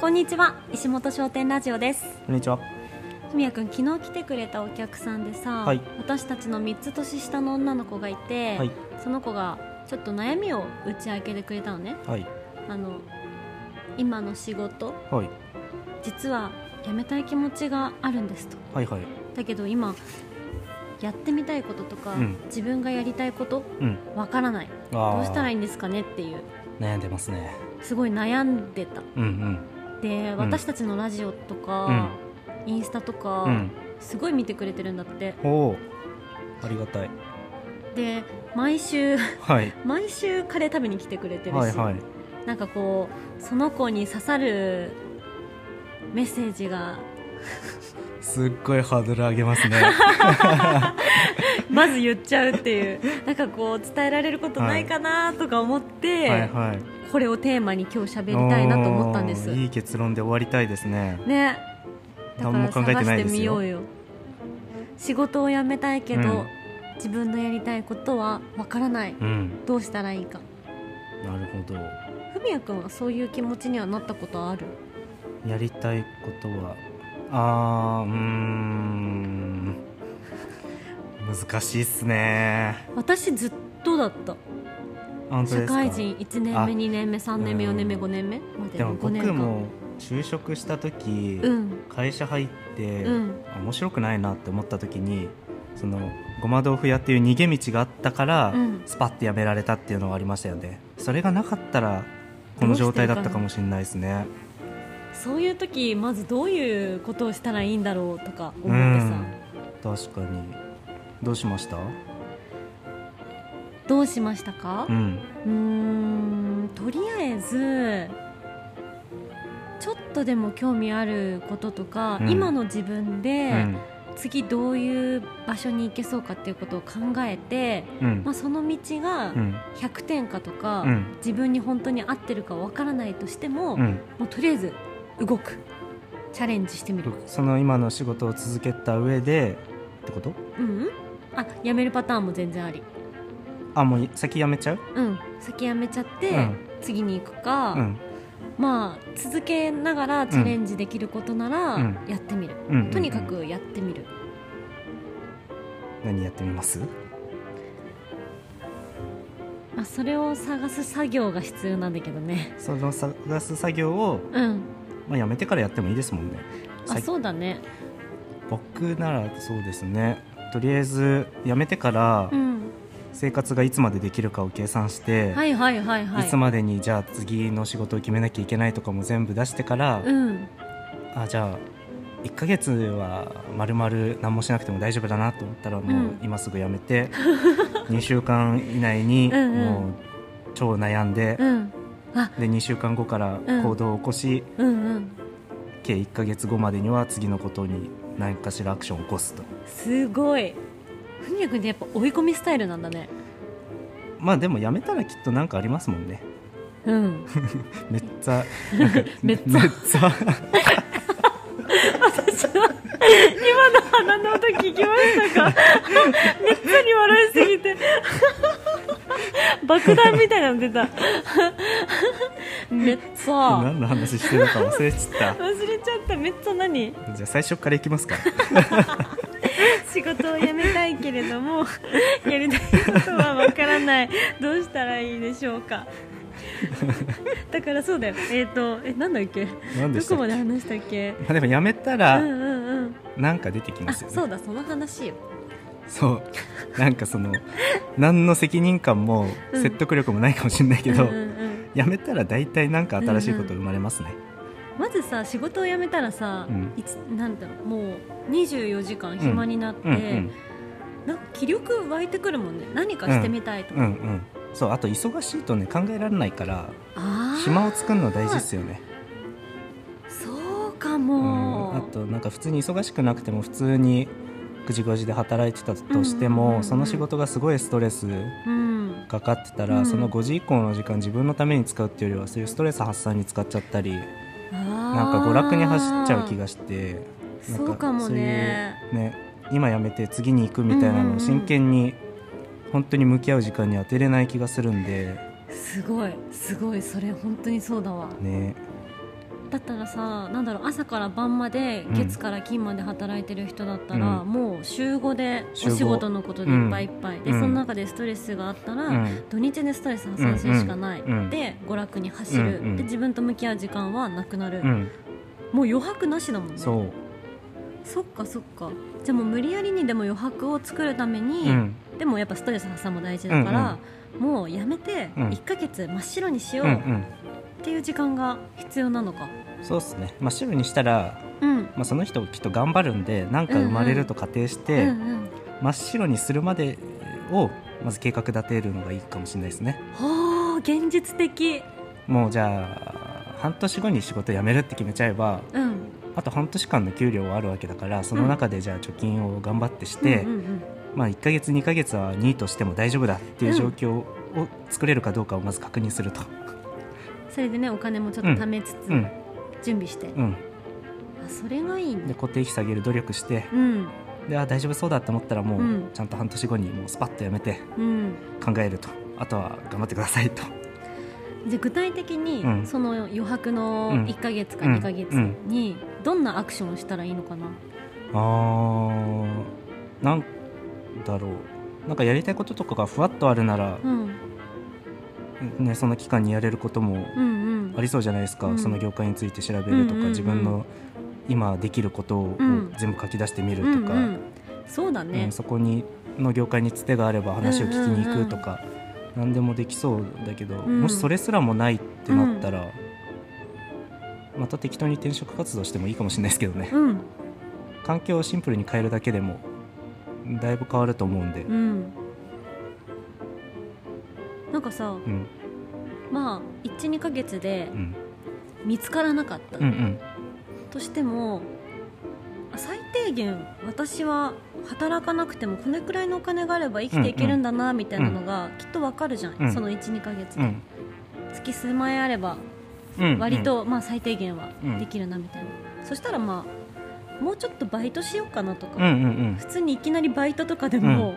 こんにちは石本商店ラジオですこんにちは。文也君昨日来てくれたお客さんでさ、はい私たちの3つ年下の女の子がいて、はいその子がちょっと悩みを打ち明けてくれたのねはい。あの今の仕事はい。実は辞めたい気持ちがあるんですとはいはい。だけど今やってみたいこととか、うん自分がやりたいことうん。わからないあーどうしたらいいんですかねっていう悩んでますね。すごい悩んでたうんうん。で私たちのラジオとか、インスタとか、うん。すごい見てくれてるんだっておお。ありがたい。で毎週 はい。毎週カレー食べに来てくれてるし、はいはい。なんかこうその子に刺さるメッセージが すっごいハードル上げますね。まず言っちゃうっていう なんかこう伝えられることないかなとか思って、はいはい。これをテーマに今日喋りたいなと思ったんですおーいい結論で終わりたいですね。ねだか何もら考え探てなしいてですみよようよ仕事を辞めたいけど、うん自分のやりたいことはわからないうん。どうしたらいいかなるほど。ふみやくんはそういう気持ちにはなったことあるやりたいことは。あー、うーん。難しいっすね。私ずっとだったあ本当社ですか会人1年あ目2年目3年目うん4年目5年目まででも5年僕間も就職した時、うん会社入って、うんあ面白くないなって思った時にそのごま豆腐屋っていう逃げ道があったから、うんスパッてやめられたっていうのがありましたよねそれがなかったらこの状態だったかもしれないですねそういう時まずどういうことをしたらいいんだろうとかう思ってさん確かにどうしましたどうしましたかうんうーんとりあえずちょっとでも興味あることとか、うん今の自分うでん次どういう場所に行けそうかっていうことを考えて、うんまあ、その道がうん100点かとか、うん自分に本当に合ってるかわからないとしても、うんもうとりあえず動くチャレンジしてみる、その今の仕事を続けた上でってことうんうん、あやめるパターンも全然あり、あもう先やめちゃううん、先やめちゃって、うん次に行くか、うんまあ続けながらチャレンジできることならうんやってみる、うんうんうんとにかくやってみる、何やってみますまあ、それを探す作業が必要なんだけどねその探す作業を、うんまあ、やめてからやってもいいですもんねあさそうだね僕ならそうですねとりあえず辞めてからうん生活がいつまでできるかを計算して、はいはいはいはいいつまでにじゃあ次の仕事を決めなきゃいけないとかも全部出してから、うんあじゃあ1ヶ月はまるまる何もしなくても大丈夫だなと思ったらもうんう今すぐ辞 めて、2週間以内にうんうんもう超悩んで、うんあで2週間後から行動を起こし、うんうん計1ヶ月後までには次のことに何かしらアクションを起こすとすごいふみやくんってやっぱ追い込みスタイルなんだねまあでも辞めたらきっと何かありますもんねうんめっちゃめっちゃめっちゃ 私は今の鼻の音聞きましたか めっちゃに笑いすぎて 爆弾みたいなの出た めっちゃ何の話してるか忘れちゃっ忘れちゃっためっちゃ何たじゃあ最初からいきますか仕事を辞めたいけれども やりたいことはわからないどうしたらいいでしょうか だからそうだよえっ、とえなんだっけ何でどしたこっまけで話したっけまあでも辞めたうんらうんうんなんか出てきまあすよね、そうだその話よそうなんかその何の責任感もうん説得力もないかもしれないけど、うんうんうん辞めたら大体なんか新しいこと生まれますね、まずさ仕事を辞めたらさ、うんいつなんだろうもう24時間暇になって、うんうんなんか気力湧いてくるもんね何かしてみたいとか、うんうんそうあと忙しいとね考えられないからあー暇を作るの大事っすよねそうかうん、も、あとなんか普通に忙しくなくても普通に9時5時で働いてたとしても、うんうんうんうんその仕事がすごいストレスうんかかってたら、うんその5時以降の時間自分のために使うっていうよりはそういうストレス発散に使っちゃったりななんか娯楽に走っちゃう気がしてなんそうかもねそういうね今やめて次に行くみたいなうんうんうのんを真剣に本当に向き合う時間に当てれない気がするんで、すごいすごいそれ本当にそうだわね、だったらさなんだろう朝から晩までうん月から金まで働いてる人だったら、うもう週5で週お五仕事のことでいっぱいいっぱい、でうそんの中でストレスがあったら、うん土日でストレス発散するしかない、うんうんで娯楽に走る、うんうんで自分と向き合う時間はなくなる、うんもう余白なしだもんねそそっかそっかじゃあもう無理やりにでも余白を作るためうに、うんでもやっぱストレス発散も大事だから、もうやめてうん1ヶ月真っ白にしよううんうっんていう時間が必要なのかそうっすね真っ白にしたら、うんまあ、その人きっと頑張るんでなんか生まれると仮定しうて、んうん、真っ白にするまでをまず計画立てるのがいいかもしれないですねはあ現実的もうじゃあ半年後に仕事辞めるって決めちゃえばうんあと半年間の給料はあるわけだからその中でじゃあ貯金を頑張ってしうんうて、んうんまあ、1ヶ月2ヶ月は2位としても大丈夫だっていう状況を作れるかどうかをまず確認すると、それでねお金もちょっと貯めつつうん準備して、うん、あそれがいいでね固定費下げる努力してうんであ大丈夫そうだって思ったらもうんうちゃんと半年後にもうスパッとやめてうん考えるとあとは頑張ってくださいとじゃあ具体的に、うんその余白のうん1か月かうん2か月にどんなアクションをしたらいいのかな、あーなんだろうなんかやりたいこととかがふわっとあるならう、ん、ね、その期間にやれることもうんうんありそうじゃないですか、うんその業界について調べるとうか、んうんうん自分の今できることをうん全部書き出してみるうんとか、うんそうだねうん、そこにの業界につてがあれば話を聞きに行くとか、何でもできそうだけど、んもしそれすらもないってなったら、また適当に転職活動してもいいかもしれないですけどね、うん環境をシンプルに変えるだけでもだいぶ変わると思うんで、うんなんかさうんまあ12か月でうん見つからなかった、うんうんとしても最低限私は働かなくてもこれくらいのお金があれば生きていけるんだなみたいなのがきっとわかるじゃん、うんその12ヶ月うで、ん月数万円あればうん割と、まあ最低限はうんできるなみたいな、そしたらまあもうちょっとバイトしようかなとうんうか、んうん普通にいきなりバイトとかでも、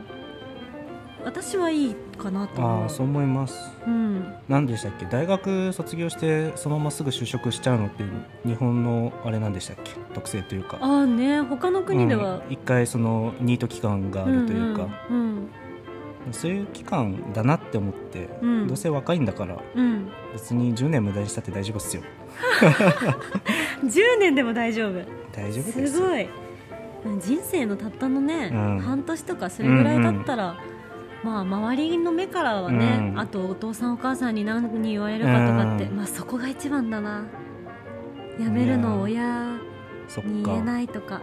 私はいいかなとあ思あうそう思いますうん、何でしたっけ大学卒業してそのまますぐ就職しちゃうのって日本のあれなんでしたっけ特性というかああね他の国ではう、ん一回そのニート期間があるというか、うんそういう期間だなって思って、うんうんどうせ若いんだからうん、別に10年無駄にしたって大丈夫っすよ10年でも大丈夫大丈夫ですすよごいうん人生のたったのね、うん半年とかそれぐらいだったら、まあ周りの目からはね、うんあとお父さんお母さんに何に言われるかとかって、うんまあそこが一番だなやめるのを親そっにか言えないとか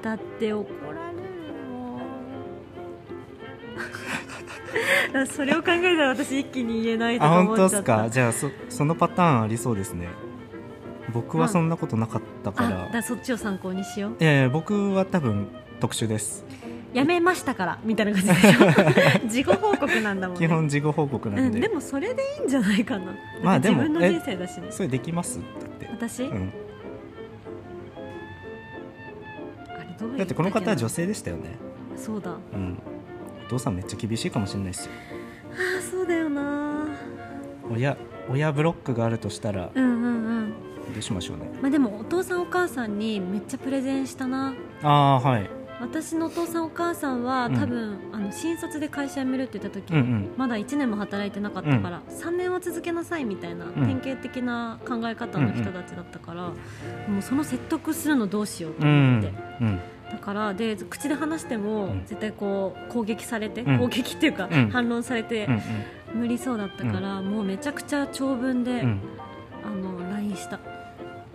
だって怒られる もん だからそれを考えたら私一気に言えないとあか本思当っっちゃっすたかじゃあそそのパターンありそうですね僕はそんなことなかったかあら、だからそっちを参考にしようええ僕は多分特殊ですやめましたからみたいな感じでし ょ自己報告なんだもんね基本事後報告なうんん、で、でもそれでいいんじゃないかな、まだあってでも自分の人生だしねそれできますだって、私、うん、あれどう言だってこの方は女性性でしたよね、そうだあうん、お父さんめっちゃ厳しいかもしれないですよあそうだよな親親ブロックがあるとしたらうんうんうんどうしましょうね、まあでもお父さんお母さんにめっちゃプレゼンしたなああーはい私のお父さんお母さんはうん多分、あの新卒で会社辞めるって言った時、うんうんまだ1年も働いてなかったから、3年は続けなさいみたいな、典型的な考え方の人たちだったから、もうその説得するのどうしようとう思んって、うんだからで口で話しても、うん絶対こう攻撃されて、うん攻撃っていうか、うん反論されて、うん無理そうだったから、もうめちゃくちゃ長文で、うんうんあの LINE した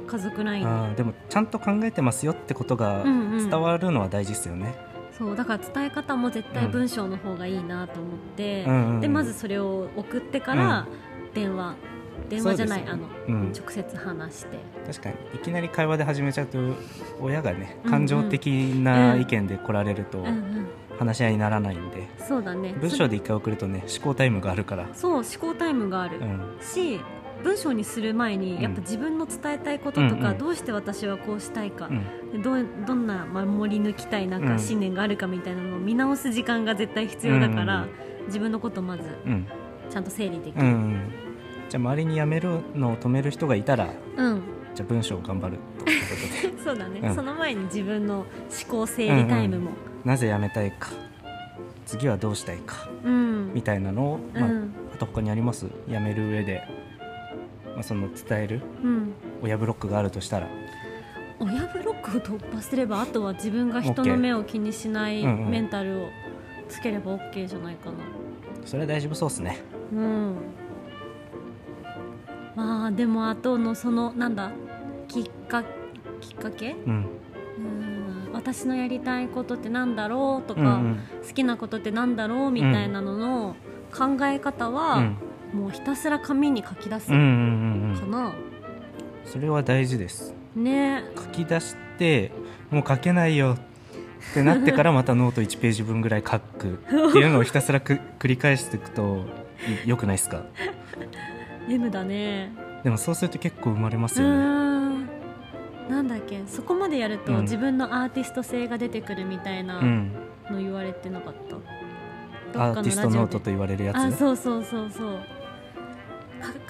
家族 LINE にあーでもちゃんと考えてますよってことがうんうん伝わるのは大事ですよね、そうだから伝え方も絶対文章の方がいいなと思って、うんうんうんでまずそれを送ってから、電話電話じゃない、あのうん、直接話して確かにいきなり会話で始めちゃうと親がねうんうん感情的な意見で来られるとうんうん話し合いにならないんで、そうだね文章で一回送るとね思考タイムがあるから、そうそう思考タイムがある、うん、し文章にする前うにんやっぱ自分の伝えたいこととうんか、うんどうして私はこうしたいか、うんでどうどんな守り抜きたいなんうかん信念があるかみたいなのを見直す時間が絶対必要だから、うん自分のことをまずうんちゃんと整理できうる、ん、じゃあ周りに辞めるのを止める人がいたらうん じゃあ文章を頑張るということで そうだね、うんその前に自分の思考整理タイムもなぜ辞めたいか次はどうしたいかうん、みたいなのを、うんまああと他にあります辞める上で、まあ、その伝えるうん親ブロックがあるとしたら親ブロックを突破すればあとは自分が人の OK 目を気にしないうんうんメンタルをつければ OK じゃないかなそれは大丈夫そうですねうんまあでもあとのそのなんだきっかきっかけうんうん私のやりたいことってなんだろうとか、うんうん好きなことってなんだろうみたいなのの考え方うはん、もうひたすら紙に書き出すうんうかんうんうんな、それは大事ですね書き出してもう書けないよってなってからまたノート1ページ分ぐらい書くっていうのをひたすらく繰り返していくとよくないですか M だねでもそうすると結構生まれまうすーよねんなんだっけそこまでやるうとん自分のアーティスト性が出てくるみたいなうんの言われてなかった、アどっかのーラテジオでィストノートと言われるやあつそうそうそうそうか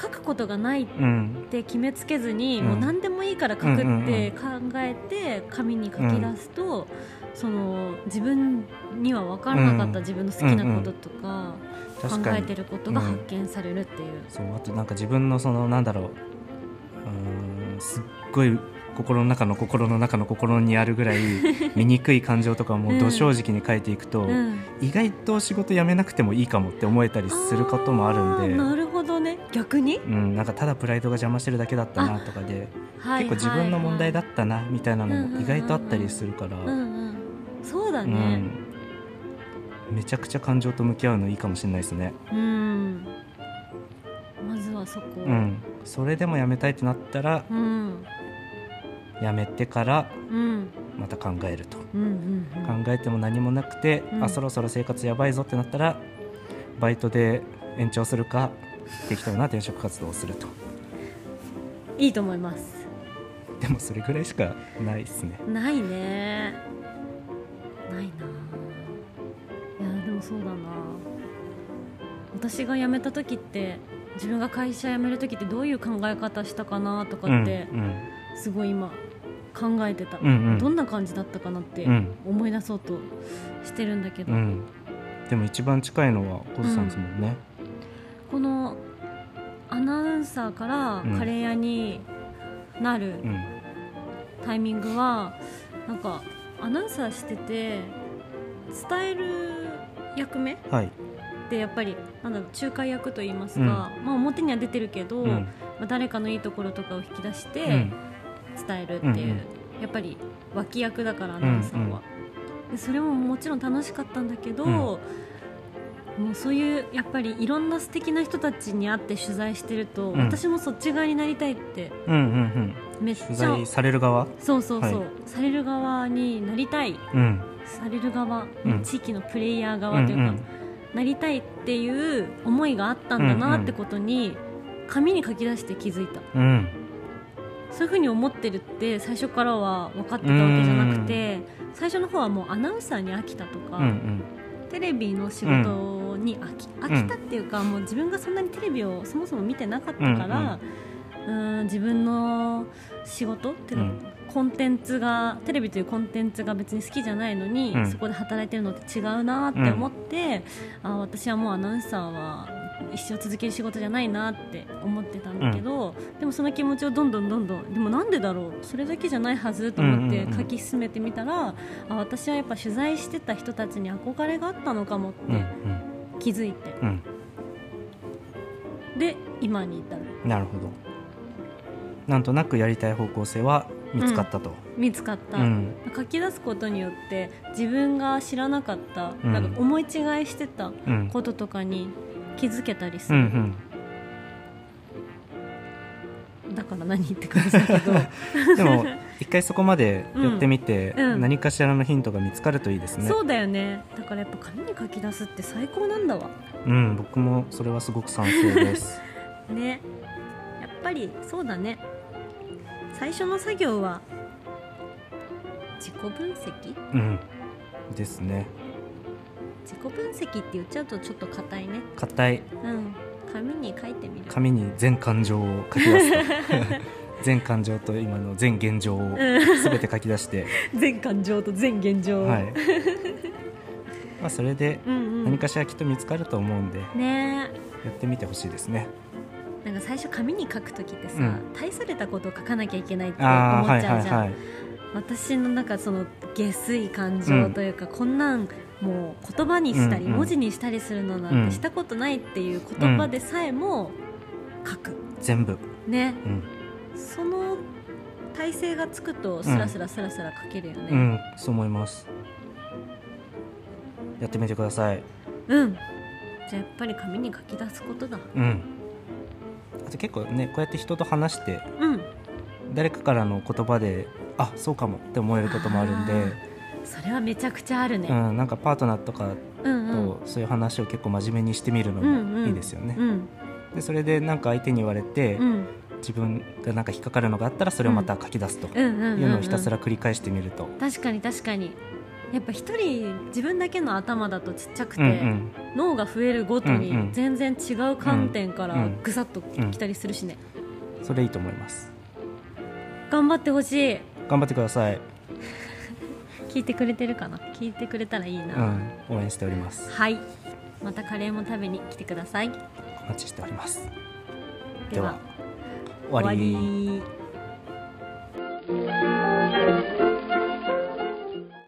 書くことがないっうんて決めつけずに、うんもう何でもいいから書くって考えて紙に書き出すと、その自分には分からなかったうん自分の好きなこととか、確考かえにてることが発見されるっていう、そうあとなんか自分のそのなんだろううーんすっごい心の中の心の中の心にある ぐらい醜い感情とかもど正直に書いていくと、うん意外と仕事辞めなくてもいいかもって思えたりすることもあるんーでなるほどね逆に、うん、なんかただプライドが邪魔してるだけだったなとかではいはいはい結構自分の問題だったなみたいなのうんうんうんうもん意外とあったりするから、うんうんそうだうねんめちゃくちゃ感情と向き合うのいいかもしれないですね。うん、まずはそこうん、それでも辞めたいってなったらうん辞めてからうんうんまた考えるとうんうん考えても何もなくて、うんあそろそろ生活やばいぞってなったらバイトで延長するか適当な転職活動をするといいと思いますでもそれぐらいしかないですねないねないなあいやでもそうだな私が辞めた時って自分が会社辞める時ってどういう考え方したかなとかって、うんすごい今考えてた、うんうんどんな感じだったかなってうん思い出そうとしてるんだけうど、ん、うんでも一番近いのはコズさんですもんね、このアナウンサーからうんカレー屋になるうんタイミングは、なんかアナウンサーしてて伝える役目っはい、てやっぱりなんだろう仲介役といいますか、まあ、表には出てるけど、うんまあ、誰かのいいところとかを引き出して、うん伝えるっていう、うんやっぱり脇役だからアナウンサーは、でそれももちろん楽しかったんだけど、うんもうそういうやっぱりいろんな素敵な人たちに会って取材してると、うん私もそっち側になりたいってうんうんうんめっ取ちゃ材される側そうそうそう、はいされる側になりたいうんされる側、うん地域のプレイヤーうん側うというか、んなりたいっていう思いがあったんだなってことに、紙に書き出して気づいた。うんそういうふうに思ってるって最初からは分かってたわけじゃなくて最初の方はもうアナウンサーに飽きたとか、うんうんテレビの仕事に飽き飽きたっていうか、もう自分がそんなにテレビをそもそも見てなかったから、うーん自分の仕事っていうか、うんコンテンツがテレビというコンテンツが別に好きじゃないのに、うんそこで働いてるのって違うなって思って、あ私はもうアナウンサーは一生続ける仕事じゃないなって思ってたんだけど、でもその気持ちをどんどんどんどんでもなんでだろうそれだけじゃないはずと思っうてんうんうん書き進めてみたら、あ私はやっぱ取材してた人たちに憧れがあったのかもっうんて気づいて、うんで今に至るうんなるほどなんとなくやりたい方向性は見つかったと、見つかった、うん書き出すことによって自分が知らなかった、うんなんか思い違いしてたうんこととかに気づけたりすうんうる、んだから何って感じだけ どでも一回そこまでやってみて、うんうん何かしらのヒントが見つかるといいですねそうだよねだからやっぱ紙に書き出すって最高なんだわうん僕もそれはすごく賛成ですねやっぱりそうだね最初の作業は自己分析うんですね自己分析って言っちゃうとちょっと硬いね硬いうん紙に書いてみる 紙に全感情を書き出すと全感情と今の全現状をんすべて書き出して、全感情と全現状はいまあそれでうんうん何かしらきっと見つかると思うんで、ねやってみてほしいですねえなんか最初紙に書くときってさ、うん大それたことを書かなきゃいけないって思っちゃああはういじはゃん、いはい私の中その下水感情というか、こんなんもう言葉にしたり、うんうん文字にしたりするのなうんんてしたことないっていう言葉でさえも書く、全部ねうん、その体勢がつくとスラスラスラスラ書けるようねん、そう思いますやってみてくださいうん、じゃあやっぱり紙に書き出すことだうんあと結構ねこうやって人と話してうん誰かからの言葉であそうかもって思えることもあるんであ、それはめちゃくちゃあるね、うん、なんかパートナーとかうんうんとそういう話を結構真面目にしてみるのうんうもんいいですよね、うんでそれでなんか相手に言われて、うん自分がなんか引っかかるのがあったらそれをまた書き出すとうんうんうんうんいうのをひたすら繰り返してみると、確かに確かにやっぱ一人自分だけの頭だとちっちゃくて、うんうん脳が増えるごとうにんうん全然違う観点からぐさっとうん来たりするしね、それいいと思います頑張ってほしい頑張ってください、聞いてくれてるかな聞いてくれたらいいうな、ん、応援しておりますはいまたカレーも食べに来てくださいお待ちしておりますでではは終わり終わり